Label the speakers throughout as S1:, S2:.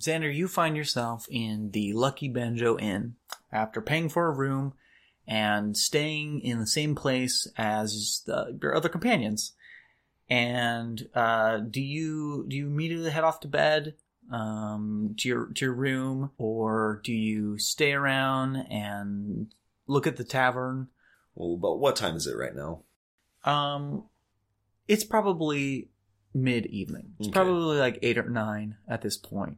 S1: Xander, you find yourself in the Lucky Banjo Inn after paying for a room and staying in the same place as the, your other companions. And uh, do you do you immediately head off to bed um, to your to your room, or do you stay around and look at the tavern?
S2: Well, but what time is it right now?
S1: Um, it's probably mid evening. It's
S2: Okay.
S1: probably like eight or nine at this point.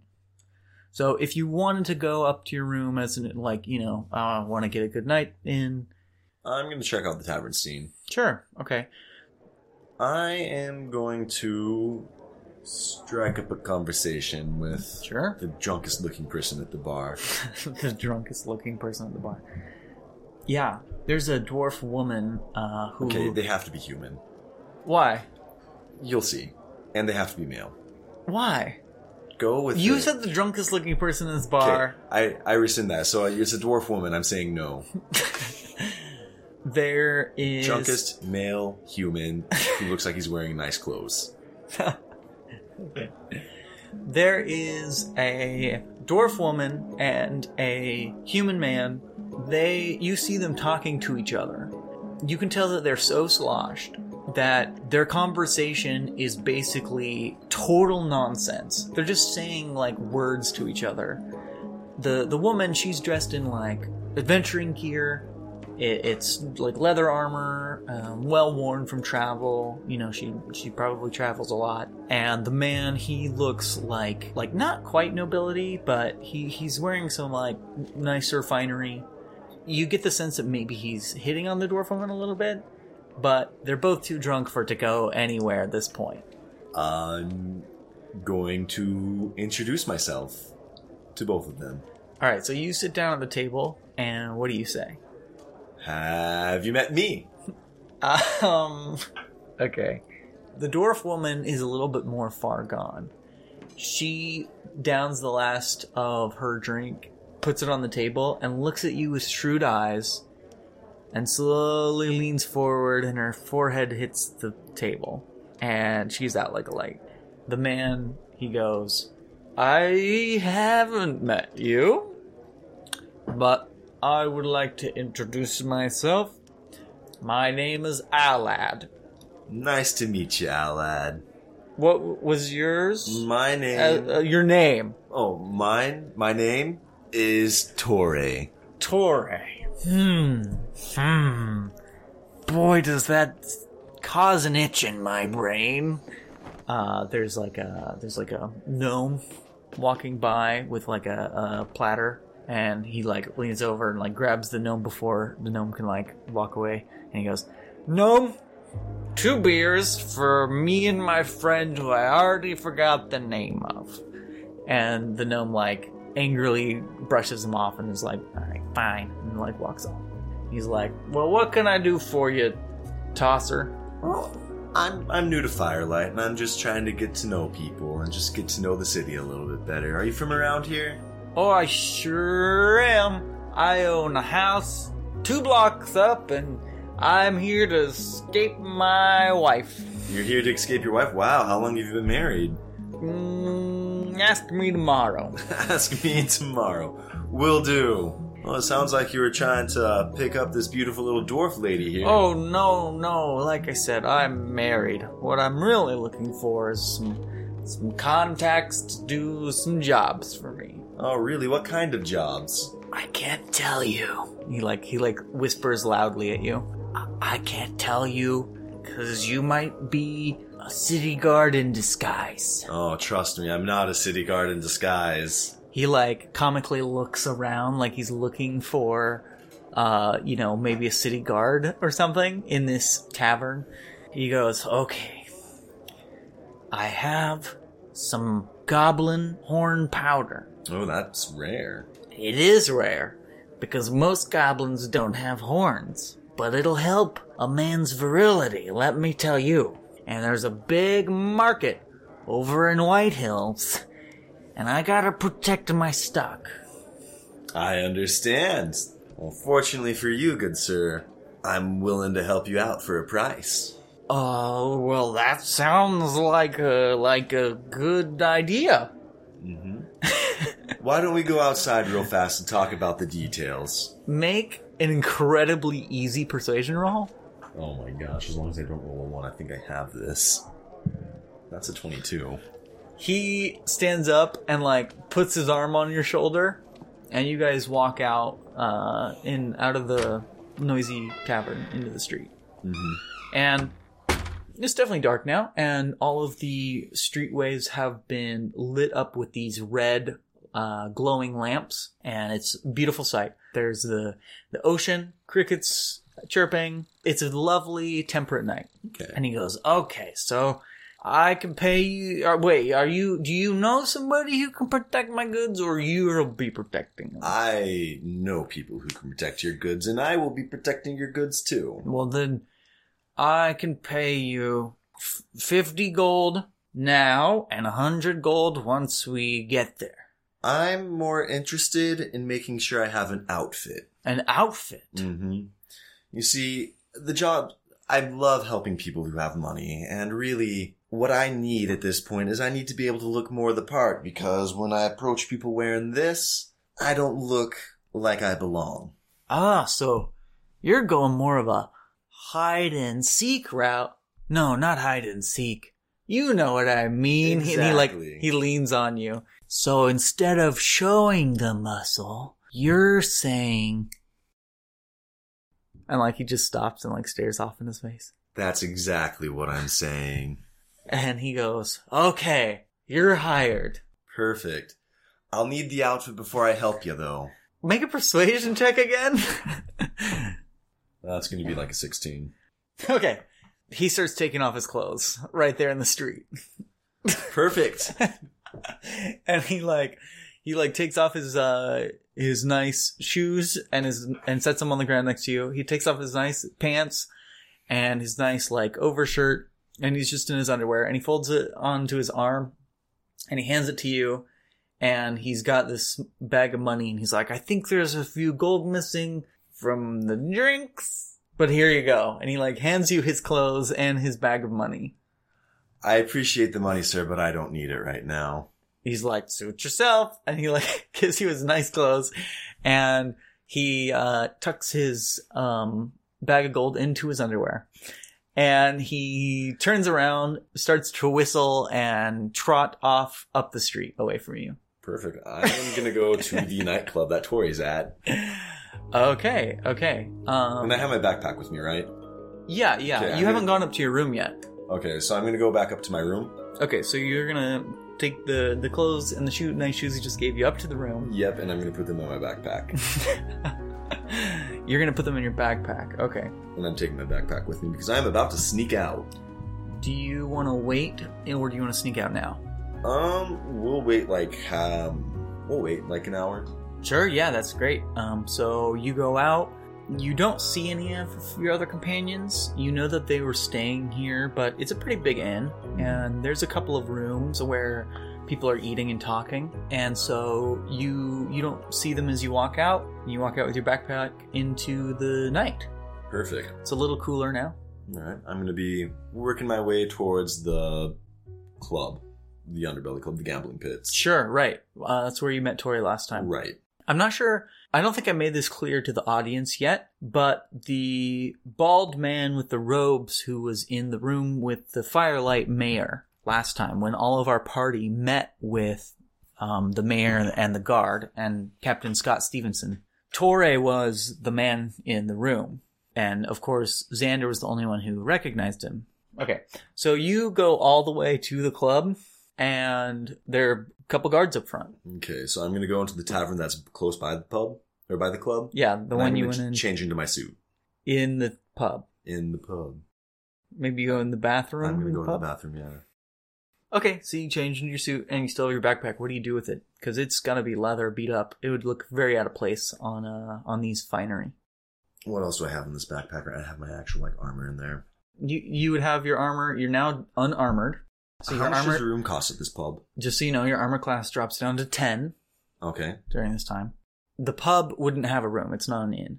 S1: So if you wanted to go up to your room as an like you know "Oh, I want to get a good night in,
S2: I'm going to check out the tavern scene.
S1: sure, okay,
S2: I am going to strike up a conversation with
S1: sure.
S2: the drunkest looking person at the bar.
S1: the drunkest looking person at the bar. Yeah, there's a dwarf woman uh, who.
S2: Okay, they have to be human.
S1: Why?
S2: You'll see. And they have to be male.
S1: Why?
S2: Go with
S1: You
S2: the-
S1: said the drunkest looking person in this
S2: Okay,
S1: bar.
S2: I, I rescind that. So uh, it's a dwarf woman. I'm saying no.
S1: There is.
S2: Drunkest male human who looks like he's wearing nice clothes.
S1: There is a dwarf woman and a human man. They, you see them talking to each other. You can tell that they're so sloshed that their conversation is basically total nonsense. They're just saying like words to each other. The the woman, she's dressed in like adventuring gear. It, it's like leather armor, um, well worn from travel. You know, she she probably travels a lot. And the man, he looks like like not quite nobility, but he he's wearing some like nicer finery. You get the sense that maybe he's hitting on the dwarf woman a little bit, but they're both too drunk for it to go anywhere at this point.
S2: I'm going to introduce myself to both of them.
S1: All right, so you sit down at the table, and what do you say?
S2: Have you met me?
S1: Um. Okay. The dwarf woman is a little bit more far gone. She downs the last of her drink, puts it on the table, and looks at you with shrewd eyes, and slowly leans forward, and her forehead hits the table, and she's out like a light. The man, he goes, I haven't met you, but I would like to introduce myself. My name is Alad.
S2: Nice to meet you, Alad.
S1: What was yours?
S2: My
S1: Uh,
S2: name.
S1: uh, your name?
S2: oh, mine. My name is Torre.
S1: Torre. Hmm. Hmm. Boy, does that cause an itch in my brain. Uh, there's like a there's like a gnome walking by with like a, a platter, and he like leans over and like grabs the gnome before the gnome can like walk away, and he goes, "Gnome, two beers for me and my friend who I already forgot the name of." and the gnome like angrily brushes him off and is like, "All right, fine," and like walks off. He's like, "Well, what can I do for you, tosser?" Oh.
S2: Well, I'm I'm new to Firelight, and I'm just trying to get to know people and just get to know the city a little bit better. Are you from around here?
S1: Oh, I sure am. I own a house two blocks up, and I'm here to escape my wife.
S2: You're here to escape your wife. Wow, how long have you been married?
S1: Mm, ask me tomorrow.
S2: Ask me tomorrow. Will do. Well, it sounds like you were trying to uh, pick up this beautiful little dwarf lady here.
S1: Oh no, no! Like I said, I'm married. What I'm really looking for is some some contacts to do some jobs for me.
S2: oh, really? What kind of jobs?
S1: I can't tell you. He like he like whispers loudly at you. I, I can't tell you because you might be a city guard in disguise.
S2: Oh, trust me, I'm not a city guard in disguise.
S1: He like comically looks around like he's looking for uh you know maybe a city guard or something in this tavern. He goes, "Okay. I have some goblin horn powder.
S2: Oh, that's rare.
S1: It is rare, because most goblins don't have horns, but it'll help a man's virility, let me tell you. And there's a big market over in White Hills, and I gotta protect my stock.
S2: I understand. Unfortunately for you, good sir, I'm willing to help you out for a price.
S1: Oh, well, that sounds like a, like a good idea.
S2: Mm-hmm. Why don't we go outside real fast and talk about the details?
S1: Make an incredibly easy persuasion roll.
S2: Oh my gosh, as long as I don't roll a one, I think I have this. That's a 22.
S1: He stands up and like puts his arm on your shoulder, and you guys walk out uh, in out of the noisy cavern into the street. Mm-hmm. And it's definitely dark now, and all of the streetways have been lit up with these red, uh, glowing lamps, and it's a beautiful sight. There's the the ocean, crickets chirping. It's a lovely temperate night.
S2: Okay.
S1: And he goes, "Okay, so I can pay you. Or wait, are you? Do you know somebody who can protect my goods, or you'll be protecting
S2: Uh,
S1: them?"
S2: I know people who can protect your goods, and I will be protecting your goods too.
S1: Well, then I can pay you f- 50 gold now and a 100 gold once we get there.
S2: I'm more interested in making sure I have an outfit.
S1: An outfit.
S2: Mm-hmm. You see, the job, I love helping people who have money, and really, what I need at this point is I need to be able to look more the part because when I approach people wearing this, I don't look like I belong.
S1: Ah, so you're going more of a hide and seek route. No, not hide and seek. You know what I mean. And he like
S2: Exactly.
S1: he leans on you. So instead of showing the muscle, you're saying and like he just stops and like stares off in his face.
S2: That's exactly what I'm saying.
S1: And he goes, "Okay, you're hired."
S2: Perfect. I'll need the outfit before I help you, though.
S1: Make a persuasion check again.
S2: That's going to be like a 16.
S1: okay. He starts taking off his clothes right there in the street.
S2: Perfect.
S1: and he like he like takes off his uh his nice shoes and his and sets them on the ground next to you. He takes off his nice pants and his nice like overshirt and he's just in his underwear and he folds it onto his arm and he hands it to you and he's got this bag of money and he's like, I think there's a few gold missing from the drinks. But here you go. And he like hands you his clothes and his bag of money.
S2: I appreciate the money, sir, but I don't need it right now.
S1: he's like suit yourself and he like gives you his nice clothes and he uh tucks his um bag of gold into his underwear and he turns around starts to whistle and trot off up the street away from you
S2: Perfect. I'm going to go to the nightclub that Tori's at.
S1: okay okay um
S2: And I have my backpack with me, right?
S1: yeah yeah
S2: Okay, I'm
S1: you haven't
S2: gonna-
S1: gone up to your room yet
S2: Okay, so I'm going to go back up to my room.
S1: okay so you're gonna take the the clothes and the shoe nice shoes he just gave you up to the room
S2: Yep, and I'm going to put them in my backpack.
S1: you're gonna put them in your backpack okay
S2: and I'm taking my backpack with me because I'm about to sneak out.
S1: Do you want to wait, or do you want to sneak out now?
S2: Um, we'll wait like, um, we'll wait like an hour.
S1: Sure, yeah, that's great. Um, so you go out. You don't see any of your other companions. You know that they were staying here, but it's a pretty big inn, and there's a couple of rooms where people are eating and talking. And so you you don't see them as you walk out. You walk out with your backpack into the night.
S2: Perfect.
S1: It's a little cooler now.
S2: All right, I'm going to be working my way towards the club, the Underbelly Club, the gambling pits.
S1: Sure, right. Uh, that's where you met Tori last time.
S2: Right.
S1: I'm not sure. I don't think I made this clear to the audience yet, but the bald man with the robes who was in the room with the firelight mayor last time when all of our party met with um, the mayor and the guard and Captain Scott Stevenson. Torre was the man in the room. And of course, Xander was the only one who recognized him. Okay. So you go all the way to the club and there are a couple guards up front.
S2: Okay, so I'm going to go into the tavern that's close by the pub or by the club.
S1: Yeah, the
S2: And I'm
S1: one you
S2: gonna
S1: went in.
S2: ch- Change into my suit
S1: in the pub.
S2: in the pub.
S1: Maybe you go in the bathroom.
S2: I'm going
S1: in
S2: to
S1: the
S2: go to the
S1: pub?
S2: bathroom, yeah.
S1: Okay, so you change into your suit and you still have your backpack. What do you do with it? Because it's gonna be leather, beat up. It would look very out of place on uh on these finery.
S2: What else do I have in this backpack? I have my actual like armor in there.
S1: You you would have your armor. You're now unarmored. So your
S2: How much
S1: armor,
S2: does a room cost at this pub?
S1: just so you know, your armor class drops down to ten
S2: Okay.
S1: during this time. The pub wouldn't have a room. It's not an inn.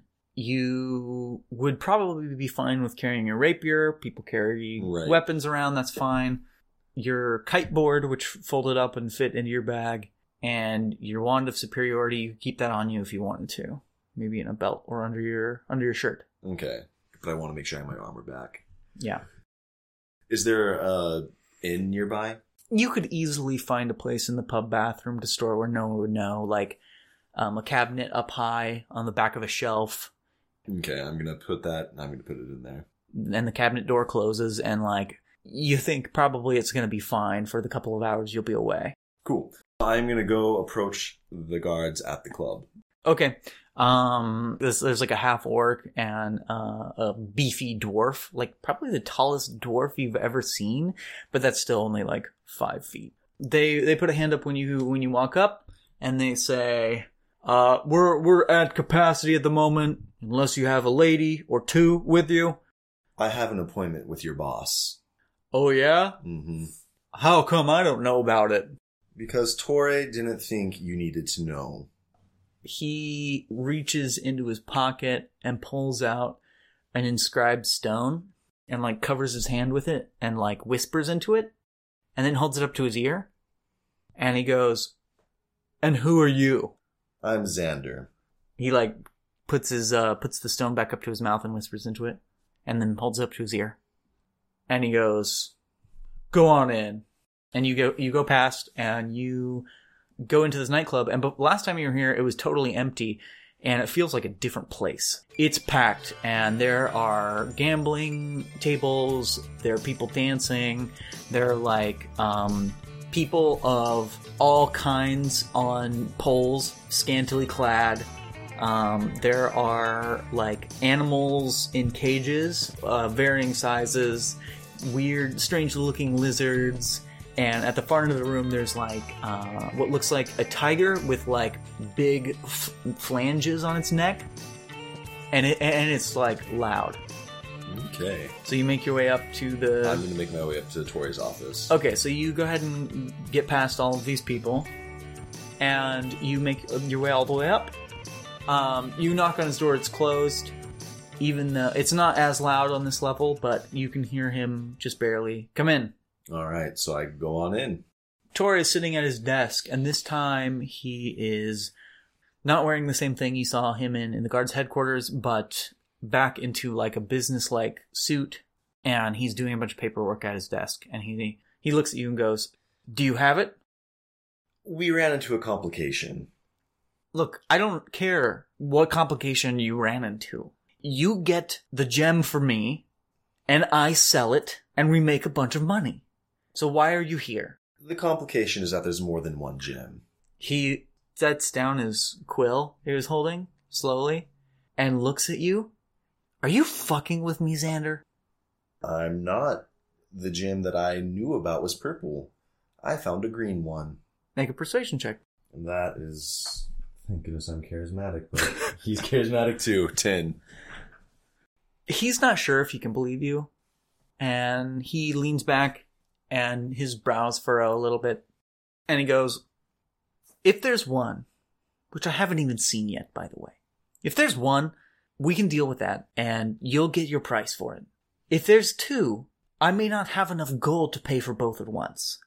S1: You would probably be fine with carrying your rapier. People carry
S2: Right.
S1: weapons around. That's fine. Your kite board, which folded up and fit into your bag, and your wand of superiority you could keep that on you if you wanted to maybe in a belt or under your under your shirt
S2: Okay. But I want to make sure I have my armor back.
S1: yeah
S2: Is there a inn nearby?
S1: you could easily find a place in the pub bathroom to store where no one would know like um, a cabinet up high on the back of a shelf
S2: Okay, I'm gonna put that. I'm gonna put it in there.
S1: and the cabinet door closes and like you think probably it's going to be fine for the couple of hours you'll be away
S2: Cool. I'm gonna go approach the guards at the club.
S1: okay um this, there's like a half orc and uh, a beefy dwarf like probably the tallest dwarf you've ever seen but that's still only like five feet they they put a hand up when you when you walk up and they say uh we're we're at capacity at the moment unless you have a lady or two with you
S2: I have an appointment with your boss.
S1: oh yeah
S2: hmm
S1: how come i don't know about it
S2: Because Torre didn't think you needed to know.
S1: he reaches into his pocket and pulls out an inscribed stone and like covers his hand with it and like whispers into it and then holds it up to his ear and he goes and who are you
S2: I'm Xander.
S1: he like puts his uh puts the stone back up to his mouth and whispers into it and then holds it up to his ear and he goes go on in and you go you go past and you go into this nightclub and but last time you were here it was totally empty and it feels like a different place it's packed and there are gambling tables there are people dancing there are like um people of all kinds on poles scantily clad um, there are like animals in cages, uh, varying sizes, weird, strange looking lizards. And at the far end of the room, there's like uh, what looks like a tiger with like big f- flanges on its neck. And, it, and it's like loud.
S2: Okay.
S1: So you make your way up to the.
S2: I'm gonna make my way up to Torre's office.
S1: Okay, so you go ahead and get past all of these people, and you make your way all the way up. Um, you knock on his door; it's closed. Even though it's not as loud on this level, but you can hear him just barely. Come in.
S2: All right, so I go on in.
S1: Tor is sitting at his desk, and this time he is not wearing the same thing you saw him in in the guards' headquarters, but back into like a business-like suit, and he's doing a bunch of paperwork at his desk. And he he looks at you and goes, "Do you have it?"
S2: We ran into a complication.
S1: Look, I don't care what complication you ran into. You get the gem for me, and I sell it, and we make a bunch of money. So why are you here?
S2: The complication is that there's more than one gem.
S1: He sets down his quill he was holding slowly and looks at you. Are you fucking with me, Xander?
S2: I'm not. The gem that I knew about was purple. I found a green one.
S1: Make a persuasion check.
S2: And that is. Thank goodness I'm charismatic, but he's charismatic too. Ten.
S1: he's not sure if he can believe you and he leans back and his brows furrow a little bit and he goes if there's one which i haven't even seen yet by the way if there's one we can deal with that and you'll get your price for it if there's two i may not have enough gold to pay for both at once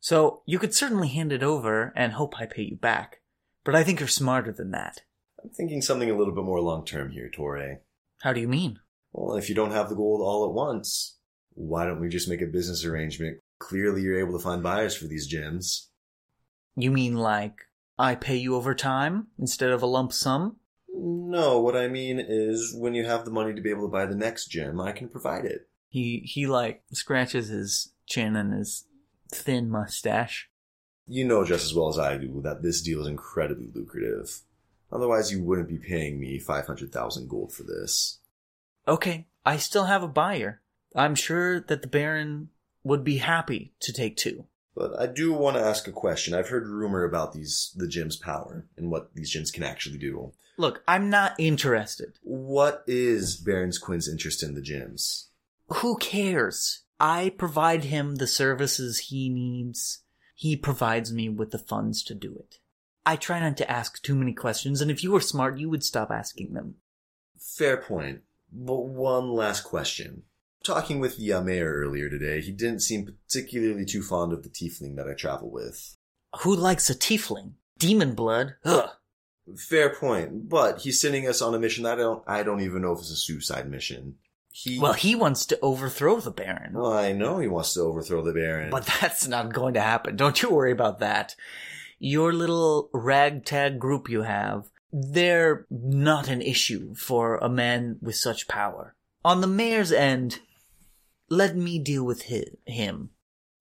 S1: so you could certainly hand it over and hope i pay you back but i think you're smarter than that
S2: I'm thinking something a little bit more long term here, Torre.
S1: how do you mean
S2: Well, if you don't have the gold all at once, why don't we just make a business arrangement? Clearly, you're able to find buyers for these gems.
S1: You mean like I pay you over time instead of a lump sum?
S2: No, what I mean is when you have the money to be able to buy the next gem, I can provide it.
S1: He he like scratches his chin and his thin mustache.
S2: You know just as well as I do that this deal is incredibly lucrative. Otherwise, you wouldn't be paying me 500,000 gold for this.
S1: Okay, I still have a buyer. I'm sure that the Baron would be happy to take two.
S2: But I do want to ask a question. I've heard rumor about these the gem's power and what these gems can actually do.
S1: Look, I'm not interested.
S2: What is Baron's Quinn's interest in the gems?
S1: Who cares? I provide him the services he needs. He provides me with the funds to do it. I try not to ask too many questions, and if you were smart, you would stop asking them.
S2: Fair point. But one last question. Talking with the uh, mayor earlier today, he didn't seem particularly too fond of the tiefling that I travel with.
S1: Who likes a tiefling? Demon blood? Ugh.
S2: Fair point, but he's sending us on a mission that I don't I don't even know if it's a suicide mission. He
S1: Well, he wants to overthrow the Baron.
S2: Well, I know he wants to overthrow the Baron.
S1: But that's not going to happen. Don't you worry about that. Your little ragtag group you have, they're not an issue for a man with such power. On the mayor's end, let me deal with his, him.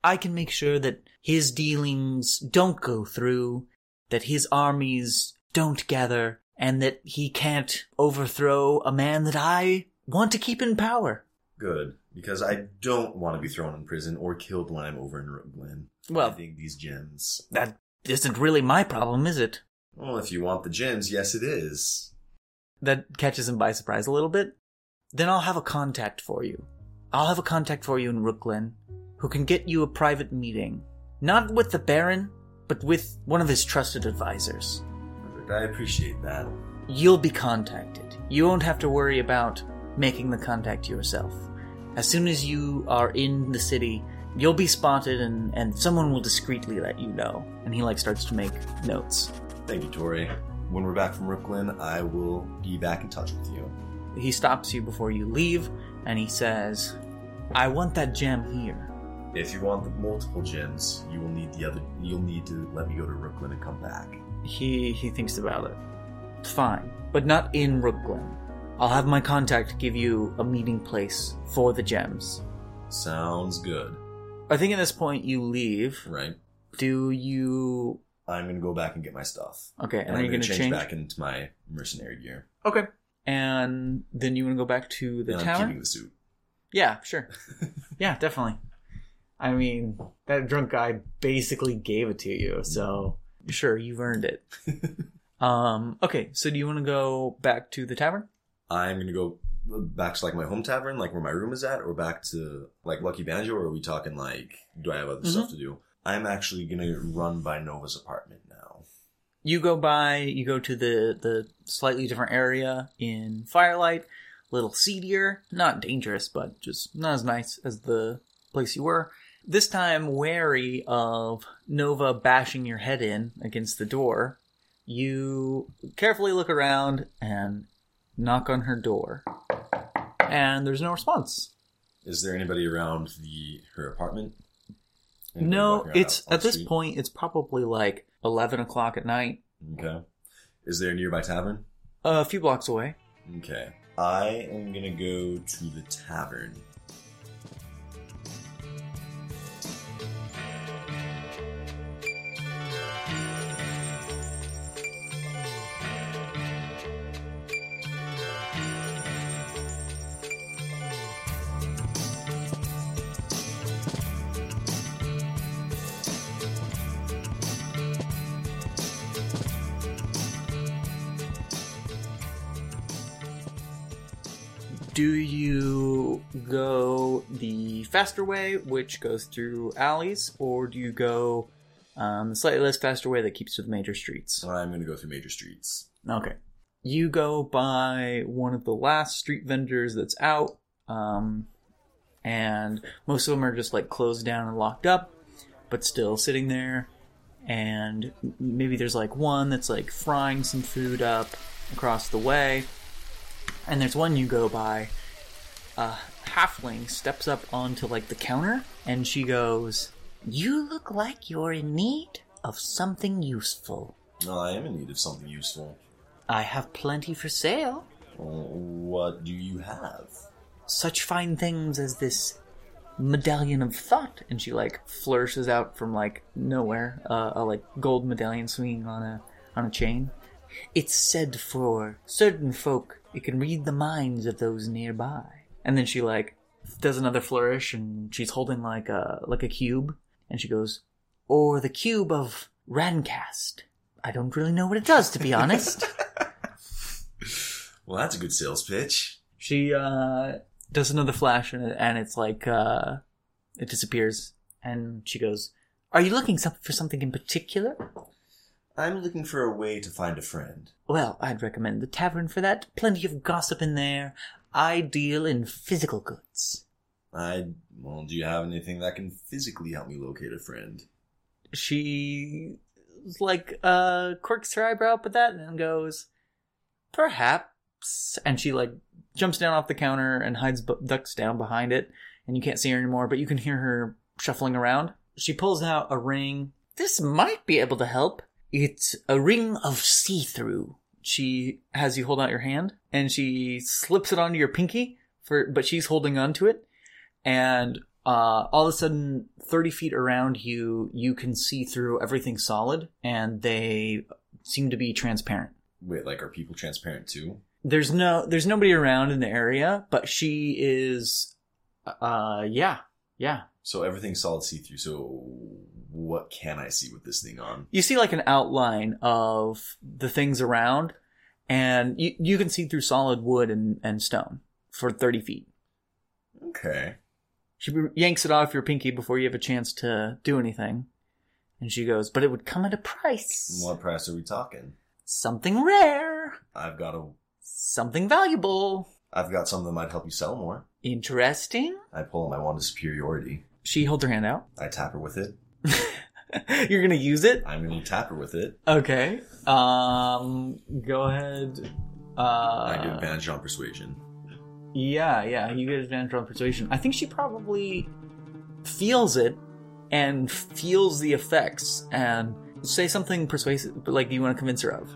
S1: I can make sure that his dealings don't go through, that his armies don't gather, and that he can't overthrow a man that I want to keep in power.
S2: good because I don't want to be thrown in prison or killed when I'm over in Rogue Glen.
S1: Well-
S2: I think these gems.
S1: That isn't really my problem, is it?
S2: Well, if you want the gems, yes, it is.
S1: that catches him by surprise a little bit, then I'll have a contact for you. I'll have a contact for you in Brooklyn who can get you a private meeting. Not with the Baron, but with one of his trusted advisors.
S2: Perfect. I appreciate that.
S1: You'll be contacted. You won't have to worry about making the contact yourself. As soon as you are in the city, you'll be spotted and, and someone will discreetly let you know. And he like starts to make notes.
S2: Thank you, Tori. When we're back from Rogue Glen, I will be back in touch with you.
S1: He stops you before you leave and he says, I want that gem here.
S2: If you want the multiple gems, you will need the other. You'll need to let me go to Rogue Glen and come back.
S1: He he thinks about it. Fine, but not in Brooklyn. I'll have my contact give you a meeting place for the gems.
S2: Sounds good,
S1: I think at this point you leave.
S2: right?
S1: Do you?
S2: I'm gonna go back and get my stuff.
S1: Okay, and,
S2: And
S1: are
S2: I'm
S1: you
S2: gonna
S1: going to
S2: change,
S1: change?
S2: back into my mercenary gear.
S1: Okay, and then you want to go back to the
S2: and I'm
S1: tower?
S2: keeping the suit.
S1: Yeah, sure. yeah, definitely. I mean, that drunk guy basically gave it to you, so sure you've earned it. um. Okay, so do you want to go back to the tavern?
S2: I'm gonna go back to like my home tavern, like where my room is at, or back to like Lucky Banjo, or are we talking like do I have other stuff
S1: Mm-hmm.
S2: to do? I'm actually gonna run by Nova's apartment now.
S1: you go by you go to the the slightly different area in firelight little seedier not dangerous but just not as nice as the place you were this time wary of nova bashing your head in against the door you carefully look around and knock on her door and there's no response
S2: Is there anybody around the her apartment? Anybody
S1: no
S2: walking around
S1: it's
S2: out on
S1: at
S2: the
S1: this
S2: street?
S1: point it's probably like 11 o'clock at night
S2: Okay. Is there a nearby tavern?
S1: a few blocks away
S2: Okay. I am gonna go to the tavern.
S1: Do you go the faster way, which goes through alleys, or do you go um, the slightly less faster way that keeps to the major streets?
S2: I'm gonna go through major streets.
S1: Okay. You go by one of the last street vendors that's out, um, and most of them are just like closed down and locked up, but still sitting there. And m- maybe there's like one that's like frying some food up across the way, and there's one you go by. A halfling steps up onto like the counter, and she goes, "You look like you're in need of something useful."
S2: No, I am in need of something useful.
S1: I have plenty for sale.
S2: Well, What do you have?
S1: Such fine things as this medallion of thought. And she like flourishes out from like nowhere uh, a like gold medallion swinging on a on a chain. It's said for certain folk it can read the minds of those nearby. And then she like does another flourish, and she's holding like a like a cube, and she goes, "Or the cube of Rancast." I don't really know what it does, to be honest.
S2: Well, that's a good sales pitch.
S1: She uh, does another flash and, and it's like uh, it disappears. And she goes, "Are you looking some- for something in particular?"
S2: I'm looking for a way to find a friend.
S1: Well, I'd recommend the tavern for that. Plenty of gossip in there. I deal in physical goods.
S2: I well, do you have anything that can physically help me locate a friend?
S1: she like uh quirks her eyebrow up at that and goes perhaps and she like jumps down off the counter and hides bu- ducks down behind it and you can't see her anymore but you can hear her shuffling around she pulls out a ring this might be able to help it's a ring of see-through she has you hold out your hand and she slips it onto your pinky for but she's holding onto it and uh, all of a sudden 30 feet around you you can see through everything solid and they seem to be transparent
S2: Wait, like are people transparent too?
S1: there's no there's nobody around in the area but she is uh yeah yeah
S2: So everything's solid see through. So what can I see with this thing on?
S1: you see like an outline of the things around and you, you can see through solid wood and, and stone for 30 feet
S2: Okay.
S1: She yanks it off your pinky before you have a chance to do anything. And she goes, But it would come at a price.
S2: What price are we talking?
S1: Something rare.
S2: I've got a.
S1: Something valuable.
S2: I've got something that might help you sell more.
S1: Interesting.
S2: I pull out my wand of superiority.
S1: She holds her hand out.
S2: I tap her with it.
S1: You're going to use it?
S2: I'm gonna tap her with it.
S1: Okay. Um, go ahead. Uh,
S2: I get advantage on persuasion.
S1: Yeah, yeah. You get advantage on persuasion. I think she probably feels it and feels the effects and say something persuasive, like you want to convince her of.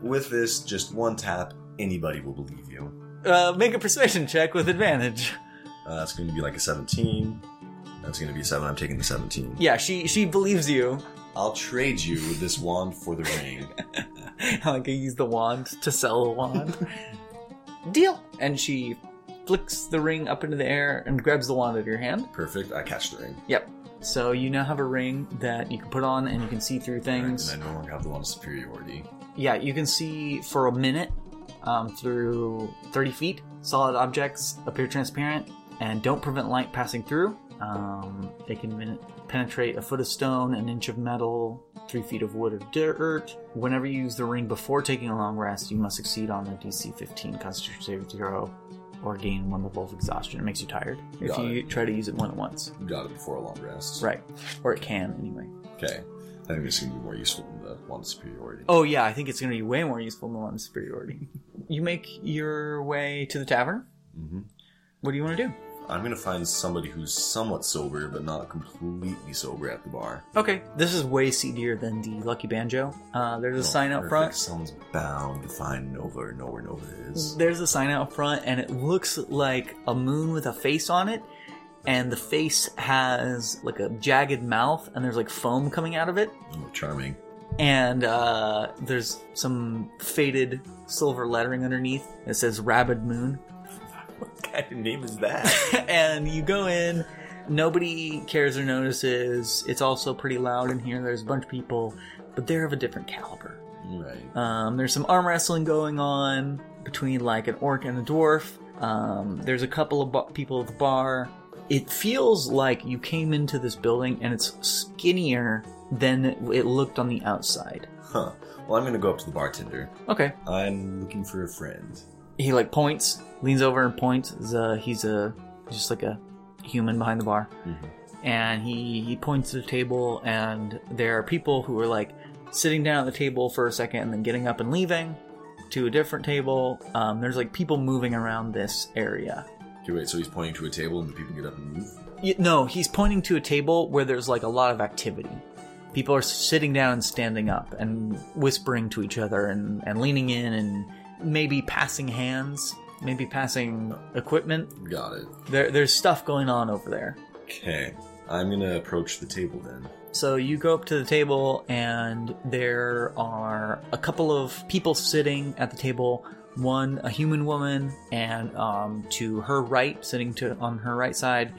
S2: With this, just one tap, anybody will believe you.
S1: Uh, make a persuasion check with advantage.
S2: Uh, that's gonna be like a 17. That's gonna be a 7. I'm taking the 17.
S1: Yeah, she she believes you.
S2: I'll trade you this wand for the ring.
S1: like I use the wand to sell the wand. Deal. And she flicks the ring up into the air and grabs the wand out of your hand.
S2: Perfect. I catch the ring.
S1: Yep. So you now have a ring that you can put on and you can see through things.
S2: And I no longer have the wand of superiority.
S1: yeah, you can see for a minute um, through 30 feet. Solid objects appear transparent and don't prevent light passing through. Um, they can min- penetrate a foot of stone, an inch of metal, three feet of wood or dirt. Whenever you use the ring before taking a long rest, you must succeed on a DC 15 Constitution saving throw or gain one level of exhaustion. It makes you tired if
S2: Got
S1: you try to use it more than once.
S2: Got it before a long rest.
S1: Right. Or it can, anyway.
S2: Okay. I think this is gonna be more useful than the wand of superiority.
S1: Oh yeah, I think it's going to be way more useful than one of superiority. You make your way to the tavern.
S2: hmm
S1: What do you want to do?
S2: I'm gonna find somebody who's somewhat sober, but not completely sober at the bar.
S1: Okay, this is way seedier than the Lucky Banjo. Uh, there's a sign out
S2: Oh, Perfect.
S1: front.
S2: Someone's bound to find Nova or know where Nova is.
S1: There's a sign out front, and it looks like a moon with a face on it, and the face has like a jagged mouth, and there's like foam coming out of it,
S2: Oh, charming.
S1: and uh, there's some faded silver lettering underneath that says "Rabid Moon."
S2: What kind of name is that?
S1: and you go in. Nobody cares or notices. It's also pretty loud in here. There's a bunch of people, but they're of a different caliber.
S2: right.
S1: Um, there's some arm wrestling going on between like an orc and a dwarf. Um, there's a couple of ba- people at the bar. It feels like you came into this building and it's skinnier than it it looked on the outside.
S2: Huh. Well, I'm gonna go up to the bartender.
S1: Okay.
S2: I'm looking for a friend.
S1: He like points, leans over and points. He's a, he's a just like a human behind the bar. and he, he points to the table and there are people who are like sitting down at the table for a second and then getting up and leaving to a different table um, there's like people moving around this area
S2: Okay, wait. So he's pointing to a table, and the people get up and move.
S1: Y no he's pointing to a table where there's like a lot of activity people are sitting down and standing up and whispering to each other and, and leaning in and maybe passing hands maybe passing equipment
S2: Got it.
S1: there, there's stuff going on over there
S2: Okay. I'm gonna approach the table then.
S1: So you go up to the table, and there are a couple of people sitting at the table. One, a human woman, and um, to her right, sitting to on her right side,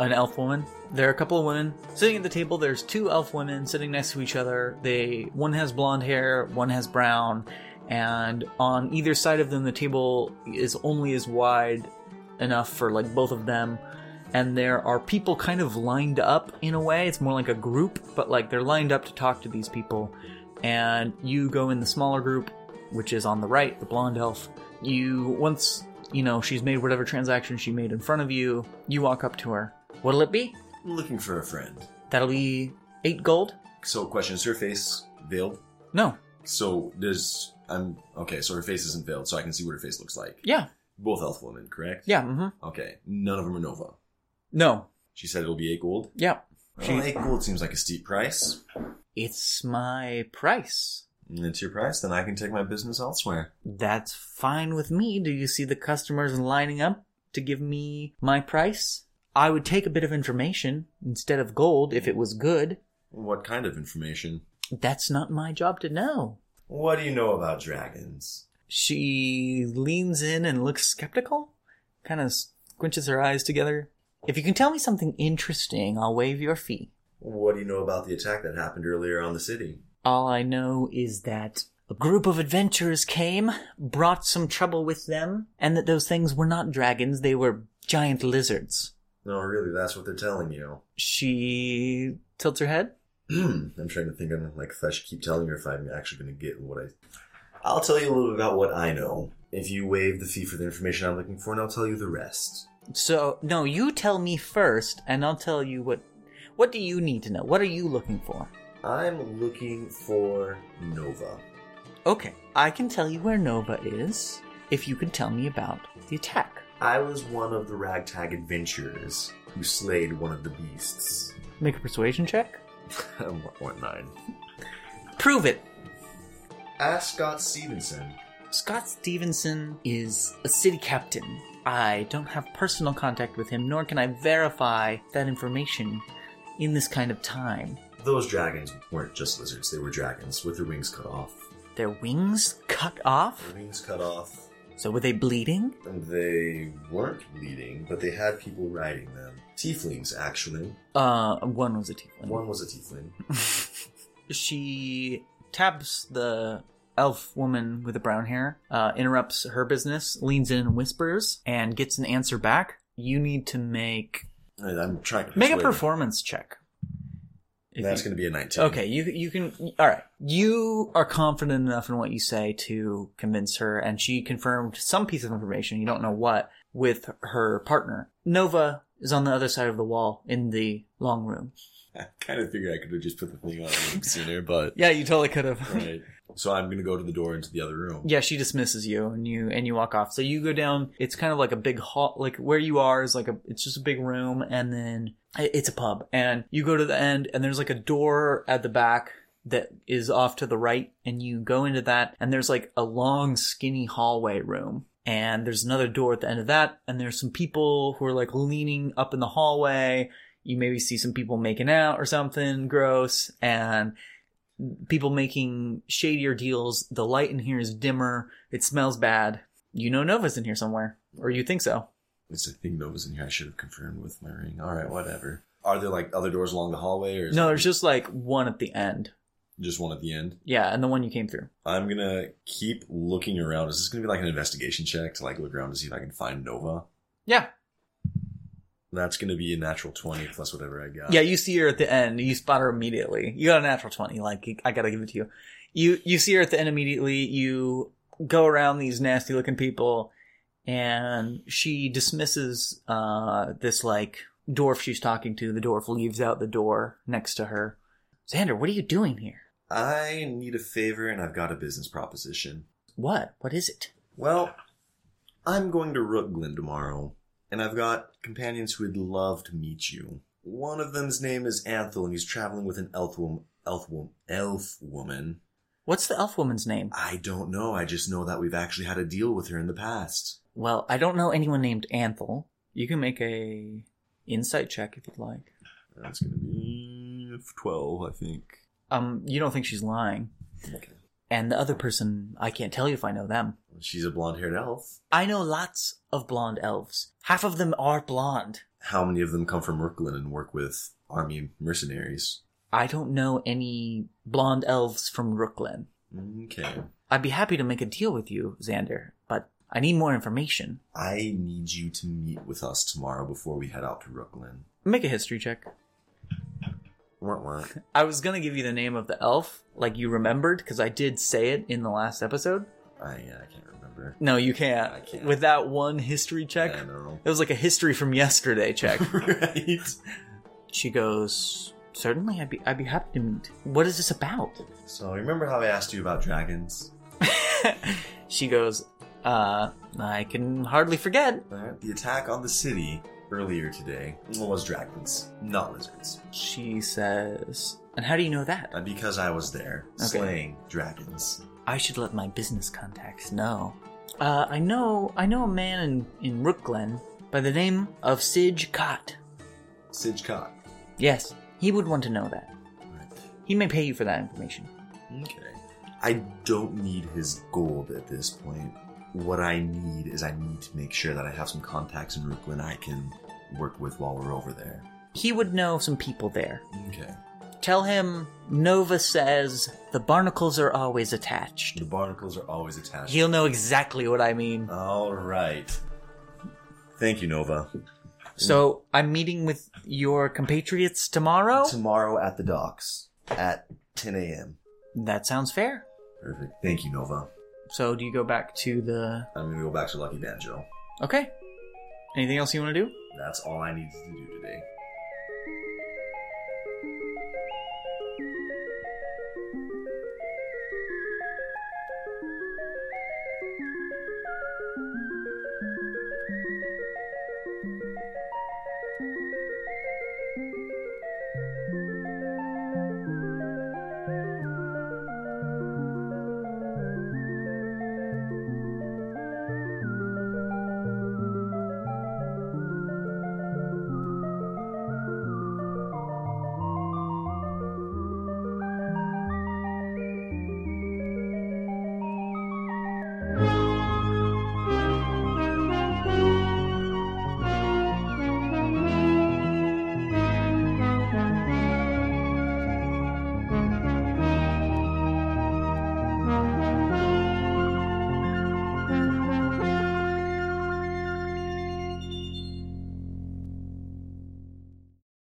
S1: an elf woman. There are a couple of women sitting at the table. There's two elf women sitting next to each other. They one has blonde hair, one has brown, and on either side of them, the table is only as wide enough for like both of them and there are people kind of lined up in a way. It's more like a group, but like they're lined up to talk to these people. And you go in the smaller group, which is on the right, the blonde elf. You, once, you know, she's made whatever transaction she made in front of you, you walk up to her. What'll it be?
S2: I'm looking for a friend.
S1: That'll be eight gold.
S2: So, question: Is her face veiled?
S1: No.
S2: So there's I'm okay. So her face isn't veiled, so I can see what her face looks like.
S1: Yeah.
S2: Both elf women, correct?
S1: Yeah. hmm
S2: Okay. None of them are Nova.
S1: No.
S2: She said it'll be eight gold.
S1: Yeah. She-
S2: Well, eight gold seems like a steep price.
S1: It's my price.
S2: And It's your price, then I can take my business elsewhere.
S1: That's fine with me. Do you see the customers lining up to give me my price? I would take a bit of information instead of gold if it was good.
S2: What kind of information?
S1: That's not my job to know.
S2: What do you know about dragons?
S1: She leans in and looks skeptical, kind of squinches her eyes together. If you can tell me something interesting, I'll waive your fee.
S2: What do you know about the attack that happened earlier on the city?
S1: All I know is that a group of adventurers came, brought some trouble with them, and that those things were not dragons, they were giant lizards.
S2: No, really, that's what they're telling you.
S1: She tilts her head.
S2: I'm trying to think. I'm like, if I should keep telling her if I'm actually going to get what I. I'll tell you a little bit about what I know. If you waive the fee for the information I'm looking for, and I'll tell you the rest.
S1: So, no, you tell me first, and I'll tell you what. What do you need to know? What are you looking for?
S2: I'm looking for Nova.
S1: Okay, I can tell you where Nova is if you can tell me about the attack.
S2: I was one of the ragtag adventurers who slayed one of the beasts.
S1: Make a persuasion check.
S2: I'm one nine.
S1: Prove it.
S2: Ask Scott Stevenson.
S1: Scott Stevenson is a city captain. I don't have personal contact with him, nor can I verify that information in this kind of time.
S2: Those dragons weren't just lizards, they were dragons with their wings cut off.
S1: Their wings cut off?
S2: Their wings cut off.
S1: So were they bleeding?
S2: And they weren't bleeding, but they had people riding them. Tieflings, actually.
S1: Uh, one was a tiefling.
S2: One was a tiefling.
S1: she taps the elf woman with the brown hair, uh, interrupts her business, leans in and whispers, and gets an answer back. You need to make
S2: And I'm trying to
S1: make a
S2: persuade-
S1: performance check. If
S2: That's
S1: you-
S2: going to be a 19.
S1: Okay, you you can all right. You are confident enough in what you say to convince her, and she confirmed some piece of information you don't know what with her partner. Nova is on the other side of the wall in the long room.
S2: I kind of figured I could have just put the thing on sooner, but.
S1: Yeah, you totally could have.
S2: Right. So I'm going to go to the door into the other room.
S1: Yeah, she dismisses you and you and you walk off. So you go down. It's kind of like a big hall. Like where you are is like a. It's just a big room, and then i- it's a pub. And you go to the end, and there's like a door at the back that is off to the right, and you go into that, and there's like a long, skinny hallway room. And there's another door at the end of that, and there's some people who are like leaning up in the hallway. You maybe see some people making out or something gross, and people making shadier deals. The light in here is dimmer. It smells bad. You know Nova's in here somewhere, or you think so.
S2: It's a thing that was in here I should have confirmed with my ring. All right, whatever. Are there like other doors along the hallway or is
S1: No,
S2: it
S1: there's just like one at the end.
S2: just one at the end?
S1: Yeah, and the one you came through.
S2: I'm gonna keep looking around. Is this gonna be like an investigation check to like look around to see if I can find Nova?
S1: Yeah,
S2: That's gonna be a natural twenty plus whatever I got.
S1: yeah. You see her at the end. You spot her immediately. You got a natural twenty. Like I gotta give it to you. You you see her at the end immediately. You go around these nasty looking people, and she dismisses uh, this like dwarf she's talking to. The dwarf leaves out the door next to her. Xander, what are you doing here?
S2: I need a favor, and I've got a business proposition.
S1: What? What is it?
S2: Well, I'm going to Rookglen tomorrow, and I've got companions who would love to meet you. One of them's name is Anthel, and he's traveling with an elf woman. Elf woman. Elf woman.
S1: What's the elf woman's name?
S2: I don't know. I just know that we've actually had a deal with her in the past.
S1: Well, I don't know anyone named Anthel. You can make a insight check if you'd like.
S2: That's gonna be twelve, I think.
S1: Um, you don't think she's lying.
S2: Okay.
S1: And the other person, I can't tell you if I know them.
S2: She's a blonde-haired elf.
S1: I know lots of blonde elves. Half of them are blonde.
S2: How many of them come from Brooklyn and work with army mercenaries?
S1: I don't know any blonde elves from Brooklyn.
S2: Okay.
S1: I'd be happy to make a deal with you, Xander, but I need more information.
S2: I need you to meet with us tomorrow before we head out to Brooklyn.
S1: Make a history check.
S2: What? What?
S1: I was gonna give you the name of the elf, like you remembered, because I did say it in the last episode.
S2: I, uh, I can't remember.
S1: No, you can't.
S2: I can't.
S1: With that one history check,
S2: I know.
S1: it was like a history from yesterday check.
S2: right.
S1: she goes, certainly, I'd be, I'd be happy to meet. What is this about?
S2: So remember how I asked you about dragons?
S1: she goes, uh, I can hardly forget.
S2: Alright, The attack on the city earlier today was dragons, not lizards.
S1: She says, and how do you know that?
S2: Uh, Because I was there
S1: Okay.
S2: slaying dragons.
S1: I should let my business contacts know. Uh, I know, I know a man in, in Rook Glen by the name of Sige Cott.
S2: Sidgecott.
S1: Yes, he would want to know that.
S2: Alright.
S1: He may pay you for that information.
S2: Okay. I don't need his gold at this point. What I need is I need to make sure that I have some contacts in Brooklyn I can work with while we're over there.
S1: He would know some people there.
S2: Okay.
S1: Tell him Nova says the barnacles are always attached.
S2: The barnacles are always attached.
S1: He'll know exactly what I mean.
S2: All right. Thank you, Nova.
S1: So I'm meeting with your compatriots tomorrow.
S2: Tomorrow at the docks at 10 a.m.
S1: That sounds fair.
S2: Perfect. Thank you, Nova.
S1: So do you go back to the?
S2: I'm gonna go back to Lucky Banjo.
S1: Okay. Anything else you want to do?
S2: That's all I needed to do today.